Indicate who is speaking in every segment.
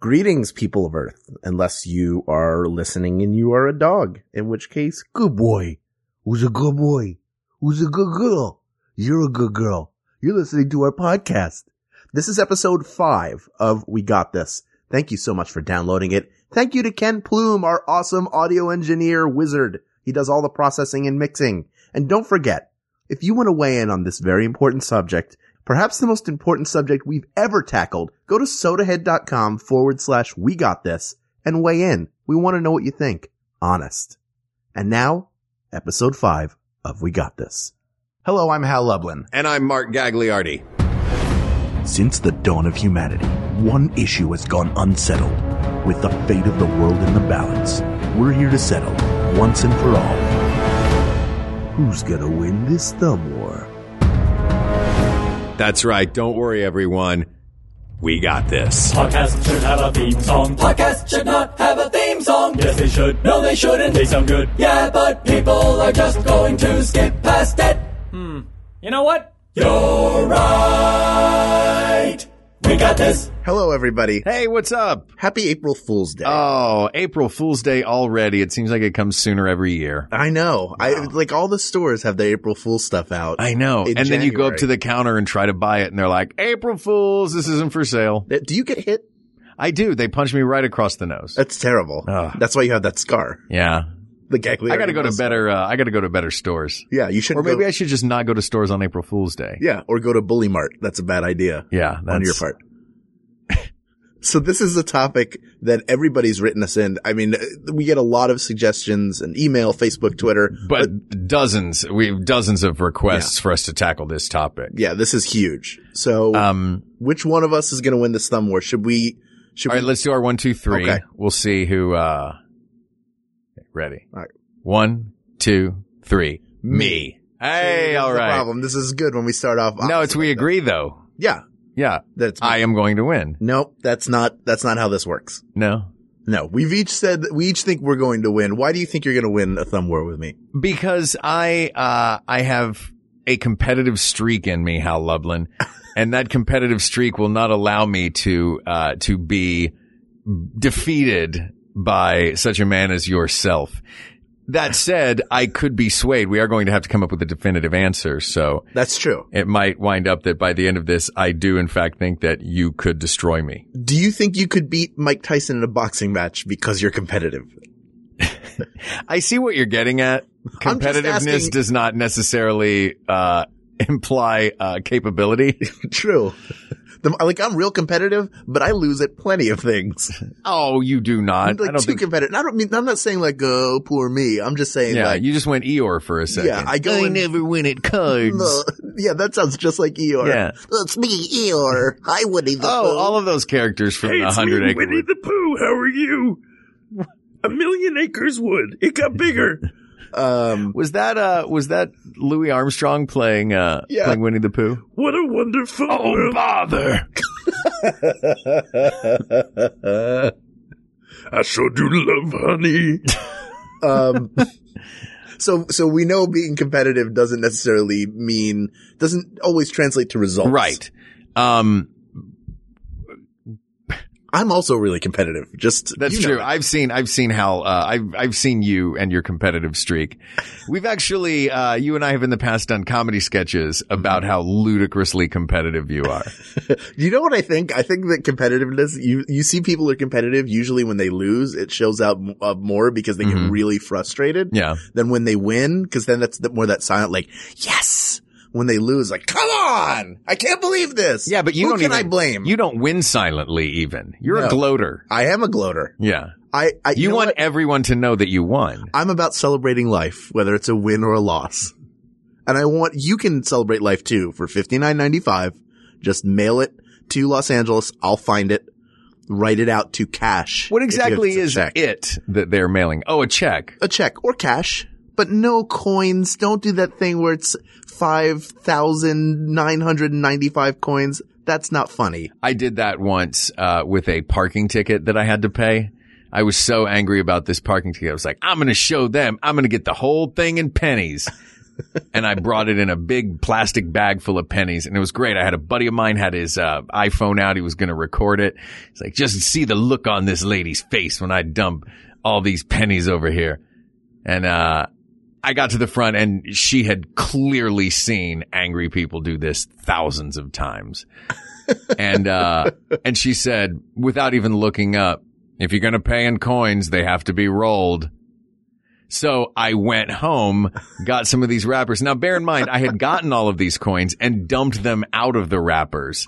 Speaker 1: Greetings, people of Earth, unless you are listening and you are a dog, in which case, good boy. Who's a good boy? Who's a good girl? You're a good girl. You're listening to our podcast. This is episode five of We Got This. Thank you so much for downloading it. Thank you to Ken Plume, our awesome audio engineer wizard. He does all the processing and mixing. And don't forget, if you want to weigh in on this very important subject, perhaps the most important subject we've ever tackled, go to sodahead.com forward slash we got this and weigh in. We want to know what you think. Honest. And now, episode five of We Got This. Hello, I'm Hal Lublin.
Speaker 2: And I'm Mark Gagliardi.
Speaker 3: Since the dawn of humanity, one issue has gone unsettled. With the fate of the world in the balance, we're here to settle once and for all.
Speaker 1: Who's gonna win this thumb war?
Speaker 2: That's right. Don't worry, everyone. We got this.
Speaker 4: Podcast should have a theme song. Podcast should not have a theme song. Yes, they should. No, they shouldn't. They sound good. Yeah, but people are just going to skip past it. Hmm. You know what? You're right. We got this.
Speaker 1: Hello, everybody.
Speaker 2: Hey, what's up?
Speaker 1: Happy April Fool's Day.
Speaker 2: Oh, April Fool's Day already. It seems like it comes sooner every year.
Speaker 1: I know. I like all the stores have the April Fool stuff out.
Speaker 2: I know.
Speaker 1: In
Speaker 2: and then you go up
Speaker 1: January.
Speaker 2: to the counter and try to buy it, and they're like, April Fools, this isn't for sale.
Speaker 1: Uh, Do you get hit?
Speaker 2: I do. They punch me right across the nose.
Speaker 1: That's terrible.
Speaker 2: Ugh.
Speaker 1: That's why you have that scar.
Speaker 2: Yeah.
Speaker 1: The gagliardi.
Speaker 2: Ah. I gotta go to better, uh, I gotta go to better stores.
Speaker 1: Yeah, you should.
Speaker 2: Or maybe
Speaker 1: go,
Speaker 2: I should just not go to stores on April Fool's Day.
Speaker 1: yeah, or go to Bully Mart. That's a bad idea
Speaker 2: Yeah. That's,
Speaker 1: on your part. so this is a topic that everybody's written us in. I mean, uh, we get a lot of suggestions and email, Facebook, Twitter.
Speaker 2: But dozens, we have dozens of requests for us to tackle this topic.
Speaker 1: yeah, this is huge. So,
Speaker 2: Um,
Speaker 1: which one of us is going to win this thumb war? Should we? Should
Speaker 2: All
Speaker 1: we?
Speaker 2: right, let's do our one, two, three.
Speaker 1: Okay.
Speaker 2: We'll see who. uh Ready.
Speaker 1: All right.
Speaker 2: One, two, three. Me. Hey,
Speaker 1: This is
Speaker 2: all
Speaker 1: the
Speaker 2: right.
Speaker 1: problem. This is good when we start off.
Speaker 2: No, it's
Speaker 1: opposite.
Speaker 2: we agree though.
Speaker 1: Yeah,
Speaker 2: Yeah,
Speaker 1: that's.
Speaker 2: I am going to win.
Speaker 1: nope, that's not. That's not how this works.
Speaker 2: No,
Speaker 1: No, we've each said that we each think we're going to win. Why do you think you're going to win a thumb war with me?
Speaker 2: because I uh I have a competitive streak in me, Hal Lublin, and that competitive streak will not allow me to uh to be defeated by such a man as yourself. That said, I could be swayed. We are going to have to come up with a definitive answer, so
Speaker 1: That's true.
Speaker 2: it might wind up that by the end of this, I do in fact think that you could destroy me.
Speaker 1: Do you think you could beat Mike Tyson in a boxing match because you're competitive?
Speaker 2: I see what you're getting at.
Speaker 1: I'm just
Speaker 2: Competitiveness
Speaker 1: asking-
Speaker 2: does not necessarily uh, imply uh, capability.
Speaker 1: true. The, like I'm real competitive, but I lose at plenty of things.
Speaker 2: oh, you do not. I
Speaker 1: Like
Speaker 2: don't
Speaker 1: too
Speaker 2: think.
Speaker 1: competitive. I don't mean I'm not saying like oh poor me. I'm just saying
Speaker 2: yeah,
Speaker 1: like
Speaker 2: you just went Eeyore for a second.
Speaker 1: yeah I go in,
Speaker 2: never win at cards.
Speaker 1: no, yeah that sounds just like Eeyore.
Speaker 2: Yeah.
Speaker 1: It's me Eeyore. Hi Winnie the
Speaker 2: Oh,
Speaker 1: Pooh.
Speaker 2: all of those characters from the Hundred Acre Wood.
Speaker 5: the Pooh. How are you? A million acres wood. It got bigger.
Speaker 1: um
Speaker 2: Was that uh? Was that Louis Armstrong playing uh?
Speaker 1: Yeah.
Speaker 2: Playing Winnie the Pooh.
Speaker 5: What a wonderful world.
Speaker 2: bother!
Speaker 5: I sure do love honey.
Speaker 1: um so so we know being competitive doesn't necessarily mean doesn't always translate to results
Speaker 2: Right. Um.
Speaker 1: i'm also really competitive just
Speaker 2: That's
Speaker 1: you know
Speaker 2: true.
Speaker 1: it.
Speaker 2: I've seen I've seen Hal. Uh, I've I've seen you and your competitive streak. We've actually uh, you and I have in the past done comedy sketches about how ludicrously competitive you are.
Speaker 1: you know what i think i think that competitiveness you you see people are competitive usually when they lose it shows out m- uh, more because they
Speaker 2: Mhm.
Speaker 1: get really frustrated
Speaker 2: Yeah.
Speaker 1: than when they win because then that's the, more that silent like yes when they lose like come on i can't believe this
Speaker 2: Yeah, but you
Speaker 1: Who
Speaker 2: don't
Speaker 1: can
Speaker 2: even-
Speaker 1: i blame
Speaker 2: You don't win silently. Even you're a
Speaker 1: No.
Speaker 2: gloater.
Speaker 1: i am a gloater
Speaker 2: Yeah.
Speaker 1: i, I
Speaker 2: You,
Speaker 1: know
Speaker 2: want
Speaker 1: what?
Speaker 2: everyone to know that you won.
Speaker 1: I'm about celebrating life, whether it's a win or a loss. And I want you can celebrate life too for fifty nine ninety five. Just mail it to Los Angeles. I'll find it. Write it out to cash. if
Speaker 2: What
Speaker 1: you-
Speaker 2: exactly
Speaker 1: if it's
Speaker 2: is
Speaker 1: a check.
Speaker 2: it that they're mailing? Oh, a check.
Speaker 1: A check or cash, but no coins. Don't do that thing where it's five thousand nine hundred ninety five coins. That's not funny.
Speaker 2: I did that once uh, with a parking ticket that I had to pay. I was so angry about this parking ticket. I was like, I'm going to show them. I'm going to get the whole thing in pennies. and I brought it in a big plastic bag full of pennies, and it was great. I had a buddy of mine had his uh, iPhone out; he was going to record it. He's like, "Just see the look on this lady's face when I dump all these pennies over here," and uh, I got to the front, and she had clearly seen angry people do this thousands of times. and uh, and she said, without even looking up, if you're going to pay in coins, they have to be rolled. So I went home, got some of these wrappers. Now, bear in mind, I had gotten all of these coins and dumped them out of the wrappers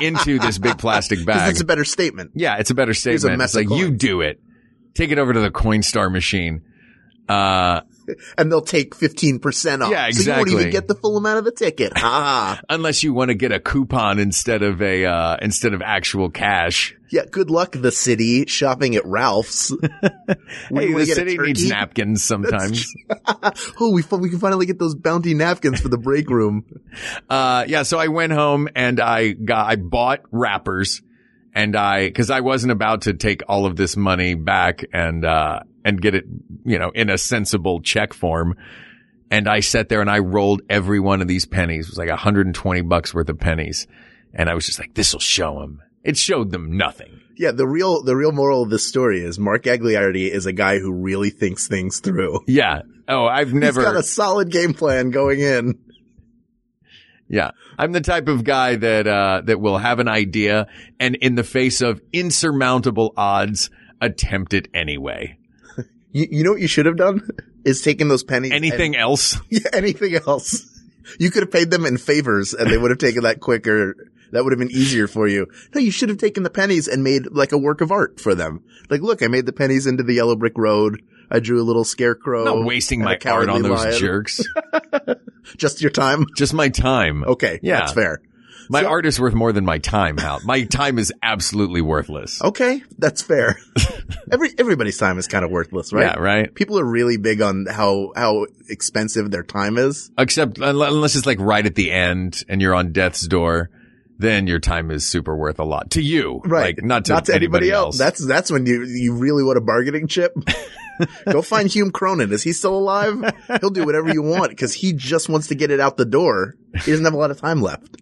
Speaker 2: into this big plastic bag.
Speaker 1: That's a better statement.
Speaker 2: Yeah, it's a better
Speaker 1: a
Speaker 2: statement.
Speaker 1: mess
Speaker 2: it's
Speaker 1: of
Speaker 2: like you
Speaker 1: coins.
Speaker 2: do it. Take it over to the Coinstar machine. Uh,
Speaker 1: And they'll take 15% off.
Speaker 2: Yeah,
Speaker 1: So you won't
Speaker 2: exactly.
Speaker 1: even get the full amount of the ticket. Ha ha.
Speaker 2: unless you want to get a coupon instead of a uh, instead of actual cash.
Speaker 1: Yeah, good luck, the city, shopping at Ralph's. We
Speaker 2: hey,
Speaker 1: wanna
Speaker 2: the
Speaker 1: get a
Speaker 2: city needs
Speaker 1: turkey?
Speaker 2: napkins sometimes.
Speaker 1: Oh, we, fin- we can finally get those bounty napkins for the break room.
Speaker 2: Uh, yeah, so I went home and I got, I bought wrappers and I, cause I wasn't about to take all of this money back and, uh, and get it, you know, in a sensible check form. And I sat there and I rolled every one of these pennies. It was like 120 bucks worth of pennies. And I was just like, this will show them. It showed them nothing.
Speaker 1: Yeah, the real the real moral of this story is Mark Agliardi is a guy who really thinks things through.
Speaker 2: Yeah. Oh, I've never.
Speaker 1: He's got a solid game plan going in.
Speaker 2: Yeah. I'm the type of guy that, uh, that will have an idea and in the face of insurmountable odds, attempt it anyway.
Speaker 1: You, you know what you should have done is taken those pennies. and-
Speaker 2: Anything else?
Speaker 1: yeah, anything else. You could have paid them in favors, and they would have taken that quicker. That would have been easier for you. No, you should have taken the pennies and made like a work of art for them. Like, look, I made the pennies into the yellow brick road. I drew a little scarecrow.
Speaker 2: Not wasting
Speaker 1: and a
Speaker 2: my art on
Speaker 1: cowardly
Speaker 2: those
Speaker 1: lion.
Speaker 2: jerks.
Speaker 1: Just your time.
Speaker 2: Just my time.
Speaker 1: Okay,
Speaker 2: Yeah.
Speaker 1: that's fair.
Speaker 2: My
Speaker 1: Oh, So-
Speaker 2: art is worth more than my time, Hal. My time is absolutely worthless.
Speaker 1: Okay, that's fair. Every everybody's time is kind of worthless, right?
Speaker 2: Yeah, right.
Speaker 1: People are really big on how how expensive their time is.
Speaker 2: Except unle- unless it's like right at the end and you're on death's door, then your time is super worth a lot to you.
Speaker 1: Right.
Speaker 2: Like not to, anybody, else.
Speaker 1: That's that's when you you really want a bargaining chip. Go find Hume Cronin. Is he still alive? He'll do whatever you want because he just wants to get it out the door. He doesn't have a lot of time left.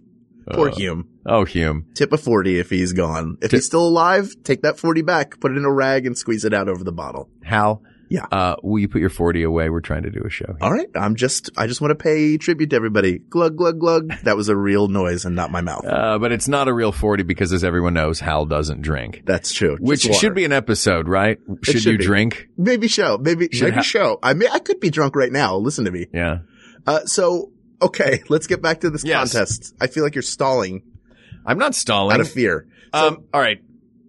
Speaker 1: Poor
Speaker 2: Uh,
Speaker 1: Hume.
Speaker 2: Oh, Hume.
Speaker 1: Tip a forty if he's gone. If
Speaker 2: Tip-
Speaker 1: he's still alive, take that forty back, put it in a rag, and squeeze it out over the bottle.
Speaker 2: Hal.
Speaker 1: Yeah.
Speaker 2: Uh, will you put your 40 away? We're trying to do a show. here.
Speaker 1: All right, I'm just I just want to pay tribute to everybody. Glug glug glug. That was a real noise and not my mouth.
Speaker 2: Uh, but it's not a real 40 because as everyone knows, Hal doesn't drink.
Speaker 1: That's true. Just
Speaker 2: Which
Speaker 1: water.
Speaker 2: should be an episode, right? Should, you
Speaker 1: should be.
Speaker 2: drink?
Speaker 1: maybe show maybe
Speaker 2: Should
Speaker 1: maybe
Speaker 2: ha-
Speaker 1: show. I may I could be drunk right now. Listen to me.
Speaker 2: Yeah.
Speaker 1: Uh, so okay, let's get back to this
Speaker 2: Yes.
Speaker 1: contest. I feel like you're stalling
Speaker 2: I'm not stalling.
Speaker 1: out of fear.
Speaker 2: Um, all right.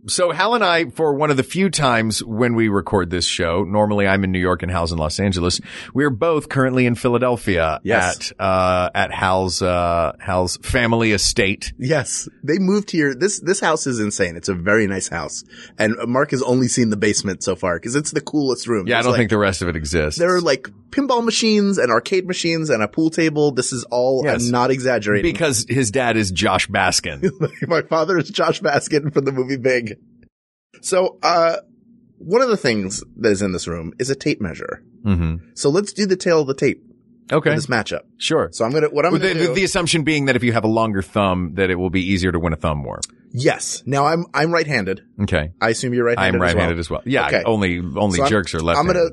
Speaker 2: So Hal and I, for one of the few times when we record this show, normally I'm in New York and Hal's in Los Angeles. We're both currently in Philadelphia
Speaker 1: Yes.
Speaker 2: at, uh, at Hal's, uh, Hal's family estate.
Speaker 1: Yes, they moved here. This this house is insane. It's a very nice house, and Mark has only seen the basement so far because it's the coolest room.
Speaker 2: Yeah. I
Speaker 1: There's,
Speaker 2: don't
Speaker 1: like,
Speaker 2: think the rest of it exists.
Speaker 1: there are like pinball machines and arcade machines and a pool table. This is all.
Speaker 2: Yes.
Speaker 1: I'm not exaggerating.
Speaker 2: because his dad is Josh Baskin.
Speaker 1: My father is Josh Baskin from the movie Big. So, uh, one of the things that is in this room is a tape measure.
Speaker 2: mm-hmm.
Speaker 1: So let's do the tail of the tape
Speaker 2: Okay.
Speaker 1: in this matchup.
Speaker 2: Sure.
Speaker 1: So I'm gonna what I'm
Speaker 2: With
Speaker 1: gonna
Speaker 2: the,
Speaker 1: do.
Speaker 2: the assumption being that if you have a longer thumb, that it will be easier to win a thumb war.
Speaker 1: yes. Now I'm I'm right-handed.
Speaker 2: Okay.
Speaker 1: I assume you're
Speaker 2: I
Speaker 1: right-handed.
Speaker 2: am
Speaker 1: as well.
Speaker 2: right-handed as well. Yeah.
Speaker 1: Okay.
Speaker 2: Only, only
Speaker 1: So I'm-
Speaker 2: jerks are left.
Speaker 1: I'm gonna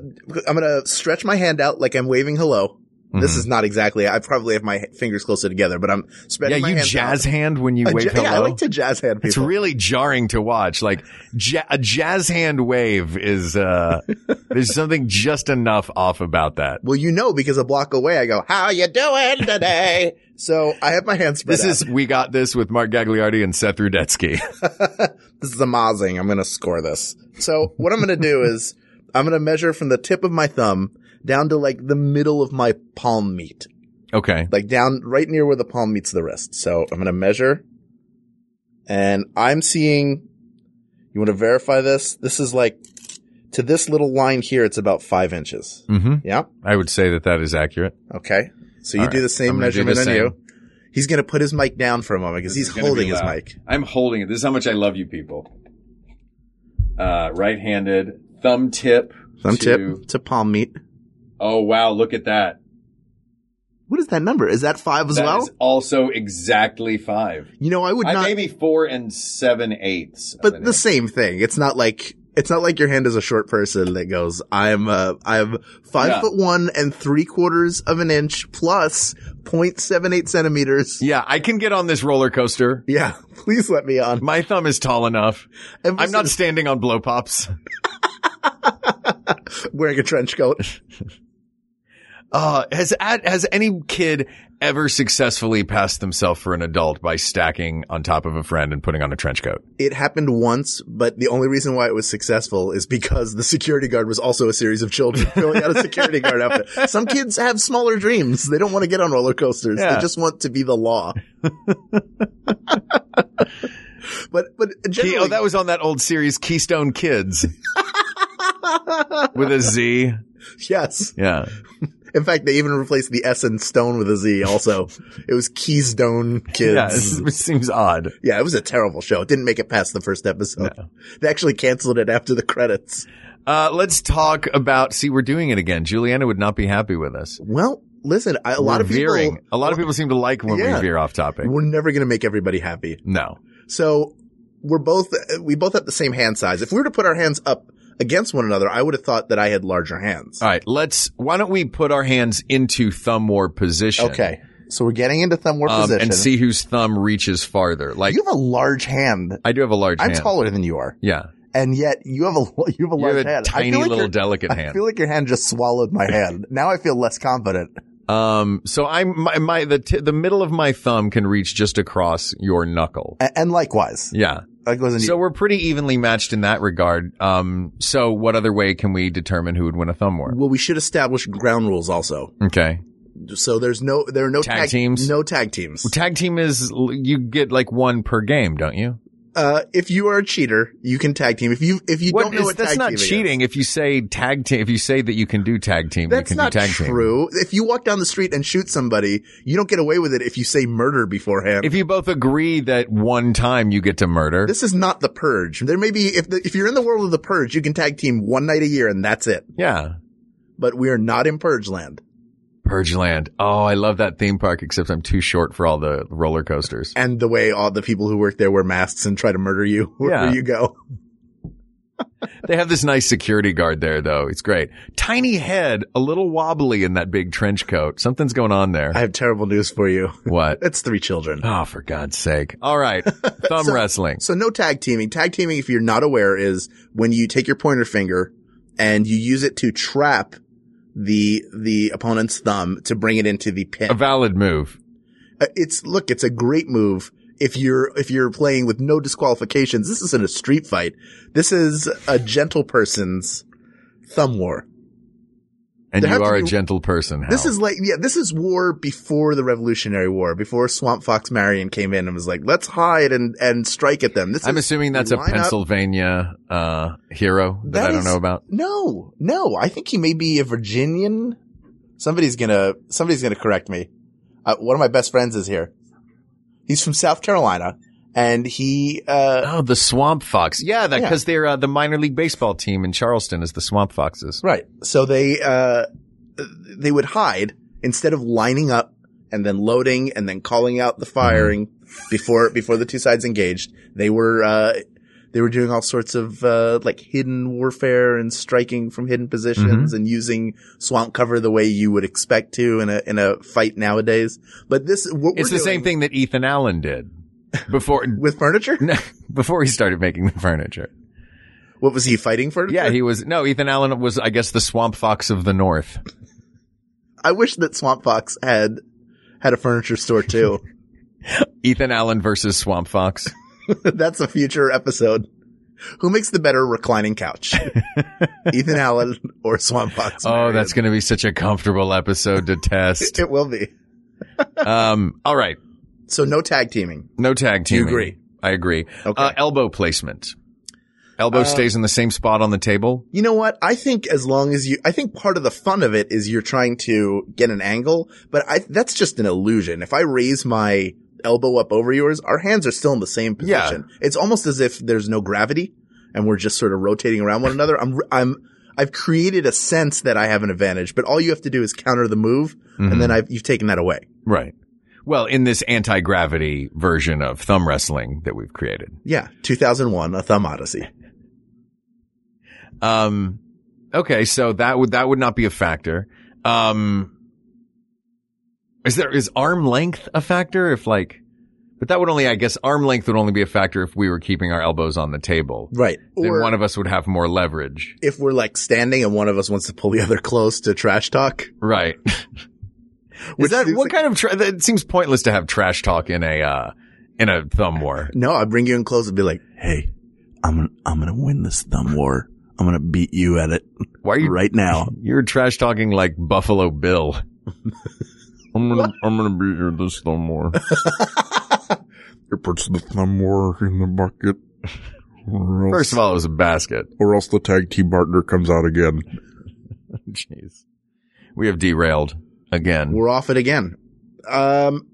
Speaker 1: I'm gonna stretch my hand out like I'm waving hello. This
Speaker 2: Mm-hmm.
Speaker 1: is not exactly. I probably have my fingers closer together, but I'm
Speaker 2: yeah.
Speaker 1: spreading. my
Speaker 2: You
Speaker 1: hands
Speaker 2: jazz
Speaker 1: out.
Speaker 2: hand when you
Speaker 1: I
Speaker 2: wave
Speaker 1: ja-
Speaker 2: hello.
Speaker 1: Yeah, I like to jazz hand people.
Speaker 2: It's really jarring to watch. Like ja- a jazz hand wave is uh there's something just enough off about that.
Speaker 1: well, you know, because a block away, I go, "How you doing today?" so I have my hands spread.
Speaker 2: This is we got this with Mark Gagliardi and Seth Rudetsky.
Speaker 1: this is amazing. I'm going to score this. So what I'm going to do is I'm going to measure from the tip of my thumb down to like the middle of my palm meet,
Speaker 2: okay.
Speaker 1: like down right near where the palm meets the wrist. So I'm going to measure and I'm seeing, you want to verify this? This is like to this little line here, it's about five inches.
Speaker 2: Mm-hmm.
Speaker 1: Yeah.
Speaker 2: I would say that that is accurate.
Speaker 1: Okay. So you
Speaker 2: All
Speaker 1: do
Speaker 2: right.
Speaker 1: the same
Speaker 2: I'm gonna do
Speaker 1: measurement
Speaker 2: the
Speaker 1: on
Speaker 2: same.
Speaker 1: you. He's going to put his mic down for a moment because he's
Speaker 2: is gonna be
Speaker 1: holding his
Speaker 2: loud.
Speaker 1: mic.
Speaker 2: I'm holding it. This is how much I love you people. Uh right-handed, thumb tip.
Speaker 1: Thumb
Speaker 2: to-
Speaker 1: tip to palm meet.
Speaker 2: Oh wow, look at that.
Speaker 1: What is that number? Is that five as
Speaker 2: That
Speaker 1: well?
Speaker 2: is also exactly five.
Speaker 1: you know, I would
Speaker 2: I
Speaker 1: not.
Speaker 2: maybe four and seven eighths. of
Speaker 1: but
Speaker 2: an
Speaker 1: the
Speaker 2: inch.
Speaker 1: same thing. It's not like it's not like your hand is a short person that goes, I'm uh I'm five
Speaker 2: Yeah.
Speaker 1: foot one and three quarters of an inch plus 0.78 centimeters.
Speaker 2: yeah, I can get on this roller coaster.
Speaker 1: Yeah, please let me on.
Speaker 2: My thumb is tall enough.
Speaker 1: And
Speaker 2: I'm not
Speaker 1: listen,
Speaker 2: standing on blow pops.
Speaker 1: wearing a trench coat.
Speaker 2: Uh, has ad- has any kid ever successfully passed themselves for an adult by stacking on top of a friend and putting on a trench coat?
Speaker 1: It happened once, but the only reason why it was successful is because the security guard was also a series of children filling out a security guard outfit. Some kids have smaller dreams. They don't want to get on roller coasters.
Speaker 2: Yeah.
Speaker 1: They just want to be the law. but but
Speaker 2: Key-
Speaker 1: generally,
Speaker 2: oh, that was on that old series Keystone Kids with a Z.
Speaker 1: yes.
Speaker 2: Yeah.
Speaker 1: In fact, they even replaced the S and Stone with a Z. Also, it was Keystone
Speaker 2: Yeah,
Speaker 1: Kids.
Speaker 2: it s- seems odd.
Speaker 1: Yeah, it was a terrible show. It didn't make it past the first episode. They actually canceled it after the credits.
Speaker 2: Uh, let's talk about. See, we're doing it again. Juliana would not be happy with us.
Speaker 1: Well, listen, I, a lot
Speaker 2: We're
Speaker 1: of people
Speaker 2: veering. a lot of people seem to like when
Speaker 1: Yeah.
Speaker 2: we veer off topic.
Speaker 1: we're never going to make everybody happy.
Speaker 2: No.
Speaker 1: So we're both we both have the same hand size. If we were to put our hands up against one another, I would have thought that I had larger hands.
Speaker 2: All right. Let's. Why don't we put our hands into thumb war position?
Speaker 1: Okay, so we're getting into thumb war
Speaker 2: Um,
Speaker 1: position.
Speaker 2: and see whose thumb reaches farther. Like
Speaker 1: you have a large hand.
Speaker 2: I do have a large
Speaker 1: I'm
Speaker 2: hand.
Speaker 1: taller than you are,
Speaker 2: Yeah.
Speaker 1: and yet you have a you have a
Speaker 2: You
Speaker 1: large
Speaker 2: have a
Speaker 1: hand. I feel
Speaker 2: tiny
Speaker 1: like
Speaker 2: little
Speaker 1: your-
Speaker 2: delicate
Speaker 1: I
Speaker 2: hand.
Speaker 1: feel like your hand just swallowed my hand. now I feel less confident.
Speaker 2: Um, so I'm my, my the t- the middle of my thumb can reach just across your knuckle.
Speaker 1: A- And likewise,
Speaker 2: Yeah.
Speaker 1: likewise. in
Speaker 2: So
Speaker 1: you.
Speaker 2: we're pretty evenly matched in that regard. Um, so what other way can we determine who would win a thumb war?
Speaker 1: well, we should establish ground rules also.
Speaker 2: Okay.
Speaker 1: So there's no there are no
Speaker 2: Tag teams?
Speaker 1: no tag teams.
Speaker 2: Tag team is you get like one per game, don't you?
Speaker 1: Uh, if you are a cheater, you can tag team. If you if you
Speaker 2: What
Speaker 1: don't know
Speaker 2: is-
Speaker 1: what
Speaker 2: that's
Speaker 1: tag
Speaker 2: not
Speaker 1: team is-
Speaker 2: cheating if you say tag team. If you say that you can do tag team,
Speaker 1: That's
Speaker 2: you can
Speaker 1: not
Speaker 2: do tag team.
Speaker 1: true. If you walk down the street and shoot somebody, you don't get away with it if you say murder beforehand.
Speaker 2: If you both agree that one time you get to murder,
Speaker 1: this is not the purge. There may be if the, if you're in the world of the purge, you can tag team one night a year and that's it.
Speaker 2: yeah,
Speaker 1: But we are not in purge land,
Speaker 2: Purge Land. Oh, I love that theme park. Except I'm too short for all the roller coasters.
Speaker 1: and the way all the people who work there wear masks and try to murder you wherever
Speaker 2: Yeah.
Speaker 1: you go.
Speaker 2: They have this nice security guard there, though. It's great. Tiny head, a little wobbly in that big trench coat. Something's going on there.
Speaker 1: I have terrible news for you.
Speaker 2: what?
Speaker 1: It's three children.
Speaker 2: Oh, for God's sake. All right. Thumb wrestling.
Speaker 1: So no tag teaming. Tag teaming, if you're not aware, is when you take your pointer finger and you use it to trap the the opponent's thumb to bring it into the pin.
Speaker 2: A valid move.
Speaker 1: Uh, It's look, it's a great move if you're if you're playing with no disqualifications. This isn't a street fight. This is a gentle person's thumb war.
Speaker 2: And
Speaker 1: There
Speaker 2: you
Speaker 1: have to
Speaker 2: are a
Speaker 1: be-
Speaker 2: gentle person. Hal.
Speaker 1: This is like yeah, this is war before the Revolutionary War, before Swamp Fox Marion came in and was like, "Let's hide and and strike at them." This
Speaker 2: I'm
Speaker 1: is
Speaker 2: assuming that's a
Speaker 1: line up-
Speaker 2: Pennsylvania uh, hero that,
Speaker 1: That
Speaker 2: I don't
Speaker 1: is-
Speaker 2: know about.
Speaker 1: No, no. I think he may be a Virginian. Somebody's gonna somebody's gonna correct me. Uh, one of my best friends is here. He's from South Carolina, and he uh,
Speaker 2: Oh, the Swamp Fox. Yeah, that
Speaker 1: Yeah.
Speaker 2: because they're uh, the minor league baseball team in Charleston is the Swamp Foxes.
Speaker 1: right. So they uh, they would hide instead of lining up and then loading and then calling out the
Speaker 2: Mm-hmm.
Speaker 1: firing before before the two sides engaged. They were uh, they were doing all sorts of uh, like hidden warfare and striking from hidden
Speaker 2: Mm-hmm.
Speaker 1: positions and using swamp cover the way you would expect to in a in a fight nowadays. But this what we're
Speaker 2: It's the same
Speaker 1: doing
Speaker 2: thing that Ethan Allen did before
Speaker 1: with furniture.
Speaker 2: before he started making the furniture.
Speaker 1: What was he fighting for?
Speaker 2: Yeah, he was. No, Ethan Allen was, I guess, the Swamp Fox of the North.
Speaker 1: I wish that Swamp Fox had had a furniture store too.
Speaker 2: Ethan Allen versus Swamp Fox.
Speaker 1: That's a future episode. Who makes the better reclining couch? Ethan Allen or Swamp Fox?
Speaker 2: Oh, that's going to be such a comfortable episode to test.
Speaker 1: It will be.
Speaker 2: Um, all right.
Speaker 1: So no tag teaming.
Speaker 2: No tag team.
Speaker 1: agree?
Speaker 2: I agree.
Speaker 1: Okay. Uh,
Speaker 2: Uh, elbow placement. Elbow stays in the same spot on the table.
Speaker 1: You know what? I think as long as you, I think part of the fun of it is you're trying to get an angle, but I, that's just an illusion. If I raise my elbow up over yours, our hands are still in the same
Speaker 2: Yeah.
Speaker 1: position. It's almost as if there's no gravity and we're just sort of rotating around one another. I'm, I'm, I've created a sense that I have an advantage, but all you have to do is counter the move, and
Speaker 2: Mm-hmm.
Speaker 1: then I've you've taken that away.
Speaker 2: Right. Well, in this anti gravity version of thumb wrestling that we've created.
Speaker 1: Yeah, 2001, a thumb odyssey.
Speaker 2: Um, okay, so that would that would not be a factor. Um, is there is arm length a factor? If like, but that would only I guess arm length would only be a factor if we were keeping our elbows on the table.
Speaker 1: Right.
Speaker 2: then
Speaker 1: Or
Speaker 2: one of us would have more leverage.
Speaker 1: if we're like standing and one of us wants to pull the other close to trash talk,
Speaker 2: Right.
Speaker 1: Which
Speaker 2: is that
Speaker 1: seems like-
Speaker 2: what kind of tra- that seems pointless to have trash talk in a uh in a thumb war.
Speaker 1: no, I bring you in close and be like,
Speaker 6: Hey, I'm gonna I'm gonna win this thumb war. I'm gonna beat you at it
Speaker 2: Why are you
Speaker 6: right now.
Speaker 2: You're trash talking like Buffalo Bill. I'm gonna I'm gonna beat your this thumb war.
Speaker 7: It puts the thumb war in the bucket. Or else,
Speaker 2: First of all, it was a basket.
Speaker 7: or else the tag team partner comes out again.
Speaker 2: Jeez. We have derailed again.
Speaker 1: we're off it again. Um,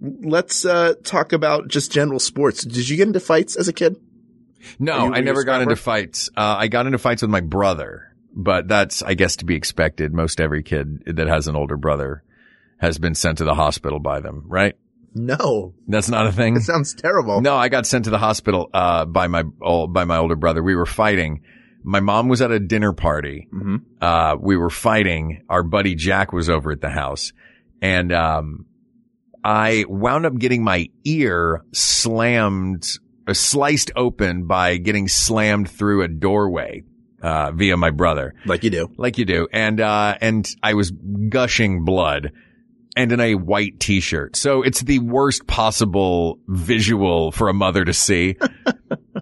Speaker 1: let's uh, talk about just general sports. Did you get into fights as a kid? Are
Speaker 2: no,
Speaker 1: you-
Speaker 2: I
Speaker 1: are you
Speaker 2: never
Speaker 1: a
Speaker 2: got
Speaker 1: scrapper?
Speaker 2: into fights. Uh, I got into fights with my brother, but that's, I guess, to be expected. Most every kid that has an older brother has been sent to the hospital by them, right?
Speaker 1: No,
Speaker 2: That's not a thing.
Speaker 1: it sounds terrible.
Speaker 2: No, I got sent to the hospital uh, by my oh, by my older brother. We were fighting. My mom was at a dinner party.
Speaker 1: Mhm.
Speaker 2: Uh, we were fighting. Our buddy Jack was over at the house, and um, I wound up getting my ear slammed, uh, sliced open by getting slammed through a doorway uh, via my brother
Speaker 1: like you do.
Speaker 2: like you do. And uh, and I was gushing blood and in a white t-shirt. So it's the worst possible visual for a mother to see.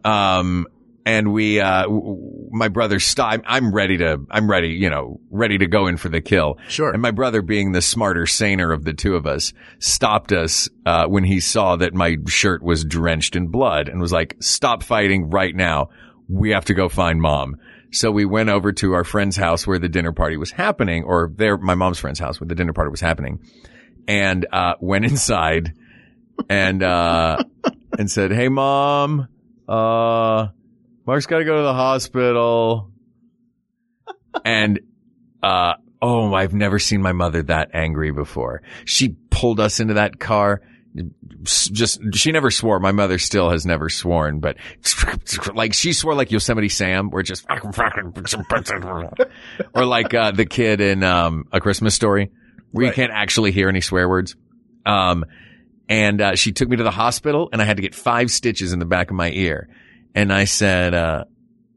Speaker 2: um and we uh w- w- my brother st- I'm, I'm ready to I'm ready, you know, ready to go in for the kill.
Speaker 1: Sure.
Speaker 2: And my brother being the smarter, saner of the two of us stopped us uh when he saw that my shirt was drenched in blood and was like, "Stop fighting right now. We have to go find mom." So we went over to our friend's house where the dinner party was happening, or their my mom's friend's house where the dinner party was happening, and uh, went inside and uh, and said, "Hey, mom, uh, Mark's got to go to the hospital." And uh, oh, I've never seen my mother that angry before. She pulled us into that car. s- Just she never swore. My mother still has never sworn, but like she swore like Yosemite Sam, where it just or like uh, the kid in um, A Christmas Story, where you can't actually hear any swear words. Um, and uh, she took me to the hospital, and I had to get five stitches in the back of my ear. And I said, uh,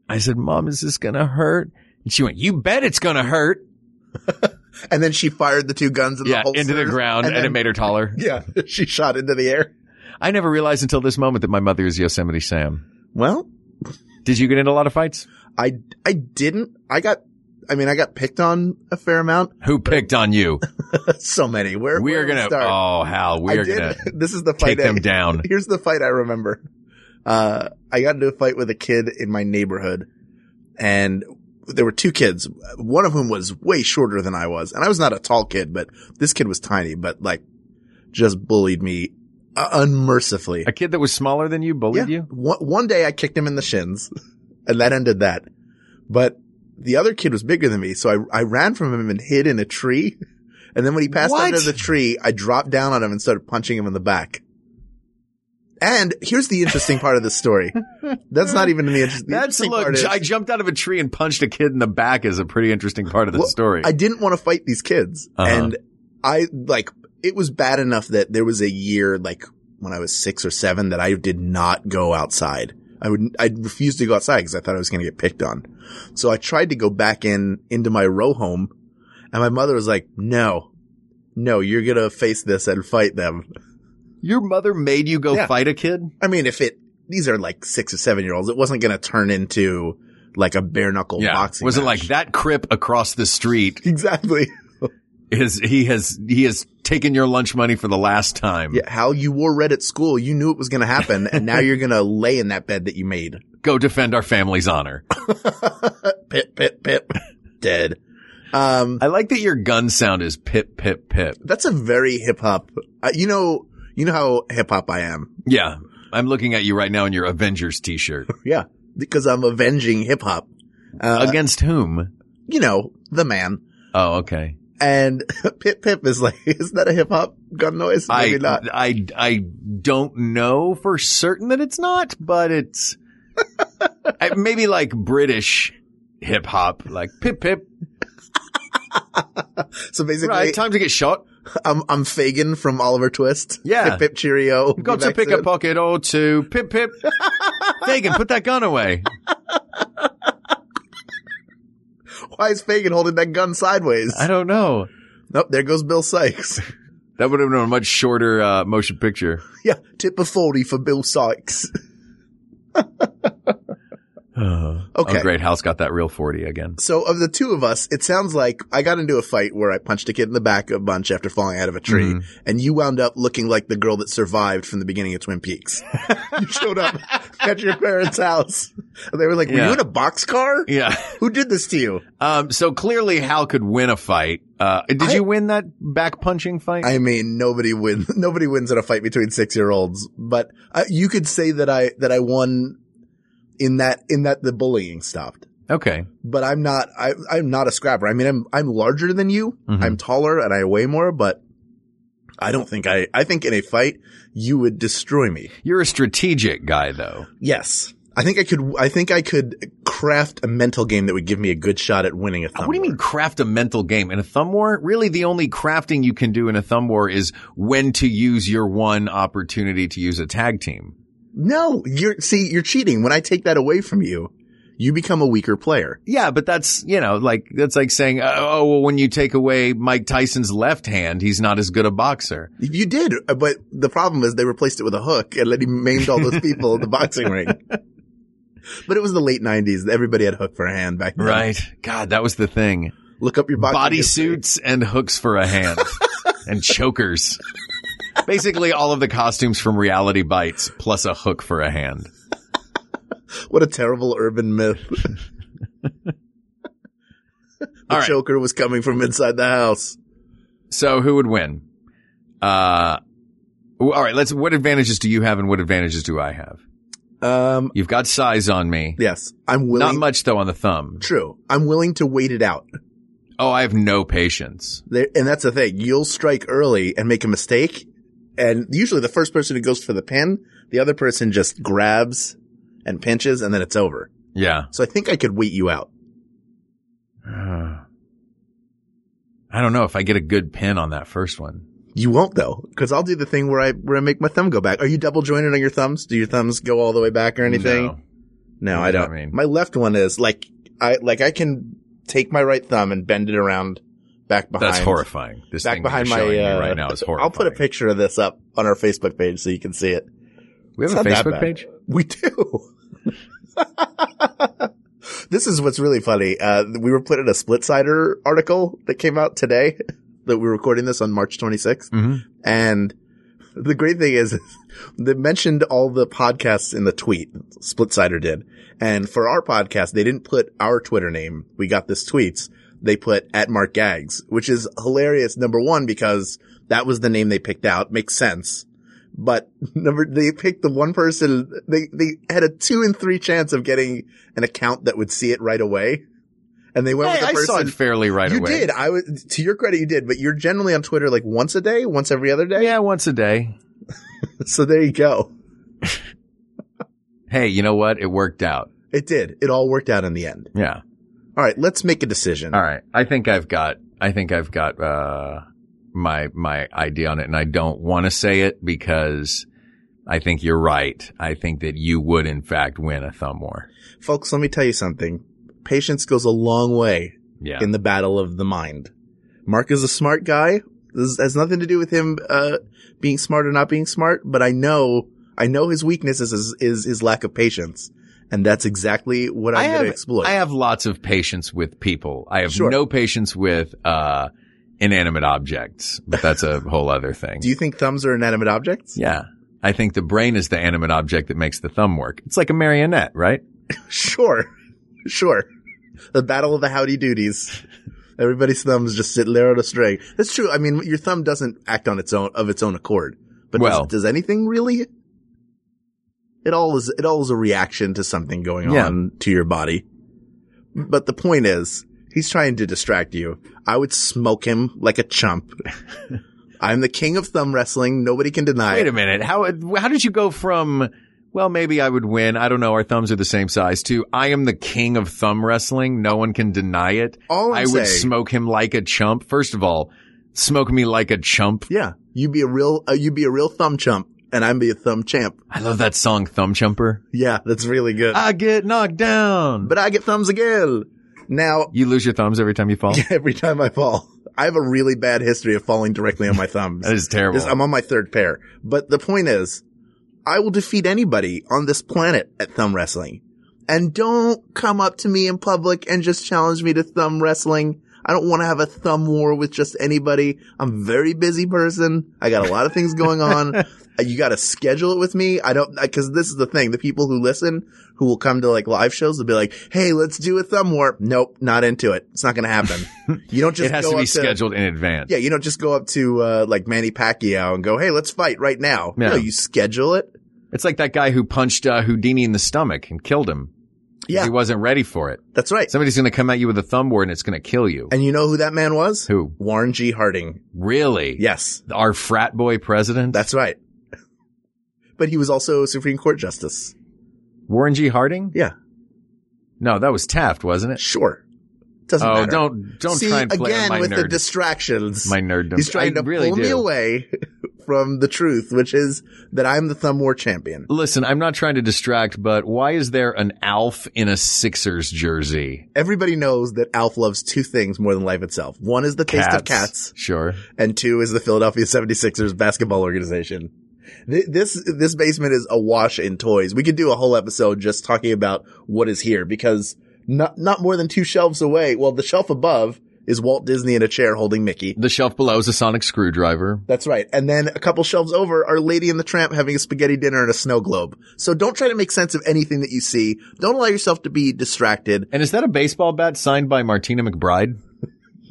Speaker 2: I said, Mom, is this gonna hurt? And she went, You bet it's gonna hurt.
Speaker 1: And then she fired the two guns in
Speaker 2: yeah,
Speaker 1: the holsters,
Speaker 2: into the ground, and, it
Speaker 1: then-
Speaker 2: made her taller.
Speaker 1: Yeah, she shot into the air.
Speaker 2: I never realized until this moment that my mother is Yosemite Sam.
Speaker 1: Well,
Speaker 2: Did you get into a lot of fights?
Speaker 1: I I didn't. I got. I mean, I got picked on a fair amount.
Speaker 2: Who picked on you?
Speaker 1: so many. Where
Speaker 2: We
Speaker 1: where
Speaker 2: are
Speaker 1: do we
Speaker 2: gonna.
Speaker 1: start?
Speaker 2: Oh, Hal, we
Speaker 1: I
Speaker 2: are
Speaker 1: did-
Speaker 2: gonna
Speaker 1: This is the fight.
Speaker 2: take them
Speaker 1: I,
Speaker 2: down.
Speaker 1: Here's the fight I remember. Uh, I got into a fight with a kid in my neighborhood, and there were two kids. One of whom was way shorter than I was, and I was not a tall kid, but this kid was tiny. But like, just bullied me uh, unmercifully.
Speaker 2: A kid that was smaller than you bullied you.
Speaker 1: One, one day I kicked him in the shins and that ended that. But the other kid was bigger than me. So I, I ran from him and hid in a tree. And then when he passed
Speaker 2: What?
Speaker 1: under the tree, I dropped down on him and started punching him in the back. And here's the interesting part of this story. That's not even the interesting, the
Speaker 2: That's
Speaker 1: interesting
Speaker 2: look.
Speaker 1: part. is-
Speaker 2: I jumped out of a tree and punched a kid in the back. Is a pretty interesting part of the
Speaker 1: Well,
Speaker 2: story.
Speaker 1: I didn't want to fight these kids.
Speaker 2: Uh-huh.
Speaker 1: And I like it was bad enough that there was a year like when I was 6 or 7 that I did not go outside. I would I refused to go outside cuz I thought I was going to get picked on. So I tried to go back in into my row home and my mother was like, "No. No, you're going to face this and fight them."
Speaker 2: Your mother made you go
Speaker 1: Yeah.
Speaker 2: fight a kid.
Speaker 1: I mean, if it these are like 6 or 7 year olds, it wasn't going to turn into like a bare knuckle boxing.
Speaker 2: Was it
Speaker 1: match.
Speaker 2: like that crip across the street
Speaker 1: Exactly.
Speaker 2: is he has he has taken your lunch money for the last time.
Speaker 1: Yeah, Hal, you wore red at school. You knew it was going to happen, and now you're going to lay in that bed that you made.
Speaker 2: Go defend our family's honor.
Speaker 1: Pip, pip, pip. Dead. Um,
Speaker 2: I like that your gun sound is pip pip pip.
Speaker 1: that's a very hip hop. Uh, you know, you know how hip hop I am.
Speaker 2: Yeah. I'm looking at you right now in your Avengers t-shirt.
Speaker 1: Yeah, because I'm avenging hip hop. Uh,
Speaker 2: Against whom?
Speaker 1: you know, the man.
Speaker 2: Oh, okay.
Speaker 1: And Pip Pip is like, isn't that a hip hop gun noise? Maybe
Speaker 2: I,
Speaker 1: not.
Speaker 2: I, I don't know for certain that it's not, but it's I, maybe like British hip hop, like pip pip.
Speaker 1: So basically,
Speaker 2: Right, time to get shot.
Speaker 1: I'm I'm Fagin from Oliver Twist.
Speaker 2: Yeah.
Speaker 1: Pip Pip Cheerio.
Speaker 2: Got
Speaker 1: Be
Speaker 2: to
Speaker 1: back
Speaker 2: pick
Speaker 1: soon.
Speaker 2: a pocket or two. Pip pip. Fagan, put that gun away.
Speaker 1: Why is Fagin holding that gun sideways?
Speaker 2: I don't know.
Speaker 1: Nope, there goes Bill Sykes.
Speaker 2: That would have been a much shorter uh, motion picture.
Speaker 1: yeah, tip of 40 for Bill Sykes. Okay.
Speaker 2: Oh, great. House got that real 40 again.
Speaker 1: So of the two of us, it sounds like I got into a fight where I punched a kid in the back a bunch after falling out of a tree,
Speaker 2: Mm-hmm.
Speaker 1: and you wound up looking like the girl that survived from the beginning of Twin Peaks. you showed up at your parents' house, and they were like, "Were
Speaker 2: Yeah.
Speaker 1: you in a boxcar?
Speaker 2: Yeah.
Speaker 1: Who did this to you?"
Speaker 2: Um, so clearly Hal could win a fight. Uh, did
Speaker 1: I-
Speaker 2: you win that back punching fight?
Speaker 1: I mean, nobody wins. Nobody wins in a fight between six-year-olds. But uh, you could say that I that I won in that in that the bullying stopped.
Speaker 2: okay.
Speaker 1: But I'm not. I, I'm not a scrapper. I mean, I'm I'm larger than you.
Speaker 2: Mhm.
Speaker 1: I'm taller and I weigh more. But I don't think I. I think in a fight you would destroy me.
Speaker 2: You're a strategic guy though.
Speaker 1: Yes. I think I could. I think I could craft a mental game that would give me a good shot at winning a thumb.
Speaker 2: What do you
Speaker 1: war.
Speaker 2: mean craft a mental game in a thumb war? Really the only crafting you can do in a thumb war is when to use your one opportunity to use a tag team.
Speaker 1: No, you're see, you're cheating. When I take that away from you, you become a weaker player.
Speaker 2: Yeah, but that's, you know, like, that's like saying, uh, oh, well, when you take away Mike Tyson's left hand, he's not as good a boxer.
Speaker 1: You did, but the problem is they replaced it with a hook and then he maimed all those people in the boxing ring. But it was the late '90s. Everybody had hook for a hand back then.
Speaker 2: God, that was the thing.
Speaker 1: Look up your boxing
Speaker 2: Body
Speaker 1: history.
Speaker 2: suits and hooks for a hand and chokers. Basically all of the costumes from reality bites plus a hook for a hand.
Speaker 1: What a terrible urban myth. the
Speaker 2: All right.
Speaker 1: choker was coming from inside the house.
Speaker 2: So who would win? Uh, w- all right. Let's. What advantages do you have, and what advantages do I have?
Speaker 1: Um,
Speaker 2: You've got size on me.
Speaker 1: yes, I'm willing.
Speaker 2: Not much though on the thumb.
Speaker 1: True, I'm willing to wait it out.
Speaker 2: Oh, I have no patience.
Speaker 1: There, and that's the thing. You'll strike early and make a mistake, and usually the first person who goes for the pin, the other person just grabs and pinches, and then it's over.
Speaker 2: Yeah.
Speaker 1: So I think I could wait you out.
Speaker 2: I don't know if I get a good pin on that first one.
Speaker 1: You won't though, because I'll do the thing where I where I make my thumb go back. Are you double jointed on your thumbs? Do your thumbs go all the way back or anything?
Speaker 2: No.
Speaker 1: No,
Speaker 2: What
Speaker 1: I
Speaker 2: does
Speaker 1: don't.
Speaker 2: that mean?
Speaker 1: My left one is like I like I can take my right thumb and bend it around back behind.
Speaker 2: That's horrifying. This
Speaker 1: Back
Speaker 2: thing
Speaker 1: behind
Speaker 2: you're
Speaker 1: my
Speaker 2: showing
Speaker 1: uh,
Speaker 2: me right now is horrifying.
Speaker 1: I'll put a picture of this up on our Facebook page so you can see it.
Speaker 2: We
Speaker 1: It's
Speaker 2: have a
Speaker 1: not that
Speaker 2: Facebook
Speaker 1: bad.
Speaker 2: page.
Speaker 1: We do. this is what's really funny. Uh, we were put in a split sider article that came out today that we're recording this on March 26th.
Speaker 2: Mhm.
Speaker 1: And the great thing is they mentioned all the podcasts in the tweet. Split sider did. And for our podcast, they didn't put our Twitter name. We got this tweets. They put at Mark Gags, which is hilarious. Number one, because that was the name they picked out. Makes sense but number they picked the one person they they had a two and three chance of getting an account that would see it right away, and they went
Speaker 2: Hey,
Speaker 1: with the
Speaker 2: I
Speaker 1: person.
Speaker 2: saw it fairly right
Speaker 1: you
Speaker 2: away.
Speaker 1: did. I was to your credit, you did. But you're generally on Twitter like once a day, once every other day.
Speaker 2: Yeah, once a day.
Speaker 1: So there you go.
Speaker 2: Hey, you know what? It worked out.
Speaker 1: It did. It all worked out in the end.
Speaker 2: Yeah.
Speaker 1: All right, let's make a decision.
Speaker 2: All right. I think I've got, I think I've got, uh, my, my idea on it and I don't want to say it because I think you're right. I think that you would in fact win a thumb war.
Speaker 1: folks. Let me tell you something. Patience goes a long way
Speaker 2: Yeah.
Speaker 1: in the battle of the mind. Mark is a smart guy. This has nothing to do with him uh, being smart or not being smart, but I know I know his weakness is is, is his lack of patience, and that's exactly what I'm going to exploit.
Speaker 2: I have lots of patience with people. I have
Speaker 1: Sure.
Speaker 2: no patience with, uh, inanimate objects, but that's a whole other thing.
Speaker 1: do you think thumbs are inanimate objects?
Speaker 2: yeah. I think the brain is the animate object that makes the thumb work. It's like a marionette, right?
Speaker 1: Sure, sure. The battle of the howdy doodies. Everybody's thumbs just sit there on a string. That's true. I mean, your thumb doesn't act on its own of its own accord. But
Speaker 2: Well-
Speaker 1: does, does anything really? It all is it all is a reaction to something going
Speaker 2: Yeah.
Speaker 1: on to your body. But the point is, He's trying to distract you. I would smoke him like a chump. I'm the king of thumb wrestling. Nobody can deny
Speaker 2: Wait
Speaker 1: it.
Speaker 2: a minute. How how did you go from well, maybe I would win. I don't know. Our thumbs are the same size to I am the king of thumb wrestling. No one can deny it.
Speaker 1: All
Speaker 2: I
Speaker 1: I'm
Speaker 2: would
Speaker 1: saying-
Speaker 2: smoke him like a chump. First of all, smoke me like a chump.
Speaker 1: Yeah, you'd be a real, uh, you'd be a real thumb chump, and I'd be a thumb champ.
Speaker 2: I love that song, Thumb Chumper.
Speaker 1: Yeah, that's really good.
Speaker 2: I get knocked down.
Speaker 1: but I get thumbs again. Now,
Speaker 2: you lose your thumbs every time you fall.
Speaker 1: every time I fall, I have a really bad history of falling directly on my thumbs.
Speaker 2: That is terrible.
Speaker 1: This- I'm on my third pair. But the point is, I will defeat anybody on this planet at thumb wrestling. And don't come up to me in public and just challenge me to thumb wrestling. I don't want to have a thumb war with just anybody. I'm a very busy person. I got a lot of things going on. Uh, You got to schedule it with me. I don't, because this is the thing. The people who listen, who will come to like live shows, will be like, "Hey, let's do a thumb war." Nope, not into it. It's not going to happen. You don't just
Speaker 2: it has
Speaker 1: go
Speaker 2: to be
Speaker 1: up
Speaker 2: scheduled in advance.
Speaker 1: yeah, you don't just go up to uh, like Manny Pacquiao and go, "Hey, let's fight right now."
Speaker 2: Yeah.
Speaker 1: No, you schedule it.
Speaker 2: It's like that guy who punched uh, Houdini in the stomach and killed him.
Speaker 1: Yeah.
Speaker 2: He wasn't ready for it.
Speaker 1: That's right.
Speaker 2: Somebody's going to come at you with a thumb war and it's going to kill you.
Speaker 1: and you know who that man was?
Speaker 2: Who?
Speaker 1: Warren G. Harding.
Speaker 2: Really?
Speaker 1: Yes,
Speaker 2: Our frat boy president?
Speaker 1: that's right. But he was also Supreme Court Justice.
Speaker 2: Warren G. Harding?
Speaker 1: Yeah,
Speaker 2: No, that was Taft, wasn't it?
Speaker 1: sure. Doesn't
Speaker 2: Oh,
Speaker 1: matter.
Speaker 2: don't don't
Speaker 1: See
Speaker 2: try and play
Speaker 1: again
Speaker 2: on my
Speaker 1: with the
Speaker 2: nerd.
Speaker 1: distractions.
Speaker 2: my nerddom.
Speaker 1: He's trying
Speaker 2: I
Speaker 1: to
Speaker 2: really
Speaker 1: pull
Speaker 2: do.
Speaker 1: me away from the truth, which is that I'm the thumb war champion.
Speaker 2: Listen, I'm not trying to distract, but why is there an Alf in a Sixers jersey?
Speaker 1: Everybody knows that Alf loves two things more than life itself. One is the taste of cats.
Speaker 2: Sure.
Speaker 1: and two is the Philadelphia 76ers basketball organization. Th- This this basement is awash in toys. We could do a whole episode just talking about what is here because not not more than two shelves away. Well, the shelf above is Walt Disney in a chair holding Mickey.
Speaker 2: The shelf below is a sonic screwdriver.
Speaker 1: That's right. And then a couple shelves over are Lady and the Tramp having a spaghetti dinner and a snow globe. So don't try to make sense of anything that you see. Don't allow yourself to be distracted.
Speaker 2: And is that a baseball bat signed by Martina McBride?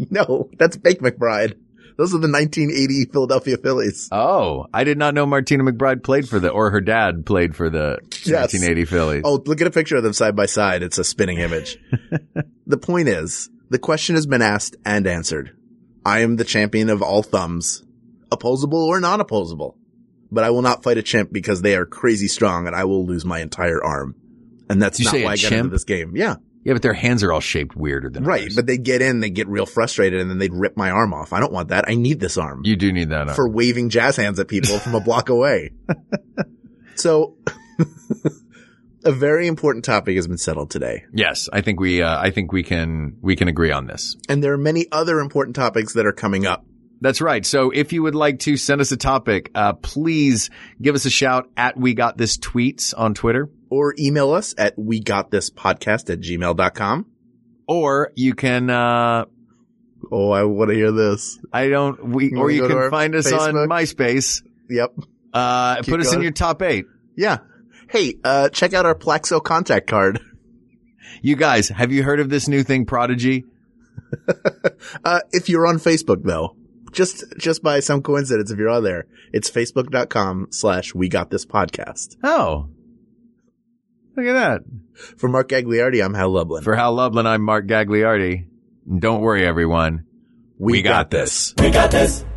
Speaker 1: No, that's Bake McBride. Those are the 1980 Philadelphia Phillies.
Speaker 2: Oh, I did not know Martina McBride played for the, or her dad played for the
Speaker 1: Yes.
Speaker 2: 1980 Phillies.
Speaker 1: Oh, look at a picture of them side by side. It's a spinning image. the point is, the question has been asked and answered. I am the champion of all thumbs, opposable or non opposable. But I will not fight a chimp because they are crazy strong and I will lose my entire arm. And that's
Speaker 2: Did you
Speaker 1: not
Speaker 2: say a
Speaker 1: why I got
Speaker 2: chimp?
Speaker 1: into this game. Yeah.
Speaker 2: Yeah, but their hands are all shaped weirder than
Speaker 1: Right.
Speaker 2: ours.
Speaker 1: But they get in, they get real frustrated and then they'd rip my arm off. I don't want that. I need this arm
Speaker 2: you do need that. arm.
Speaker 1: for waving jazz hands at people from a block away. so a very important topic has been settled today.
Speaker 2: yes, I think we uh, I think we can we can agree on this.
Speaker 1: And there are many other important topics that are coming up.
Speaker 2: That's right. So if you would like to send us a topic, uh, please give us a shout at We Got This Tweets on Twitter.
Speaker 1: Or email us at we got this podcast at gmail.com.
Speaker 2: Or you can, uh,
Speaker 1: Oh, I want to hear this.
Speaker 2: I don't, we,
Speaker 1: You
Speaker 2: or
Speaker 1: wanna
Speaker 2: you
Speaker 1: go to
Speaker 2: can
Speaker 1: our
Speaker 2: find us
Speaker 1: Facebook?
Speaker 2: on MySpace.
Speaker 1: Yep.
Speaker 2: Uh,
Speaker 1: Keep
Speaker 2: put us in
Speaker 1: going.
Speaker 2: your top eight.
Speaker 1: Yeah. Hey, uh, check out our Plaxo contact card.
Speaker 2: You guys, have you heard of this new thing, Prodigy?
Speaker 1: Uh, if you're on Facebook though, just, just by some coincidence, if you're on there, it's facebook.com slash we got this podcast.
Speaker 2: Oh. Look at that.
Speaker 1: For Mark Gagliardi, I'm Hal Lublin.
Speaker 2: For Hal Lublin, I'm Mark Gagliardi. And Don't worry, everyone. We, got, this.
Speaker 4: We got this.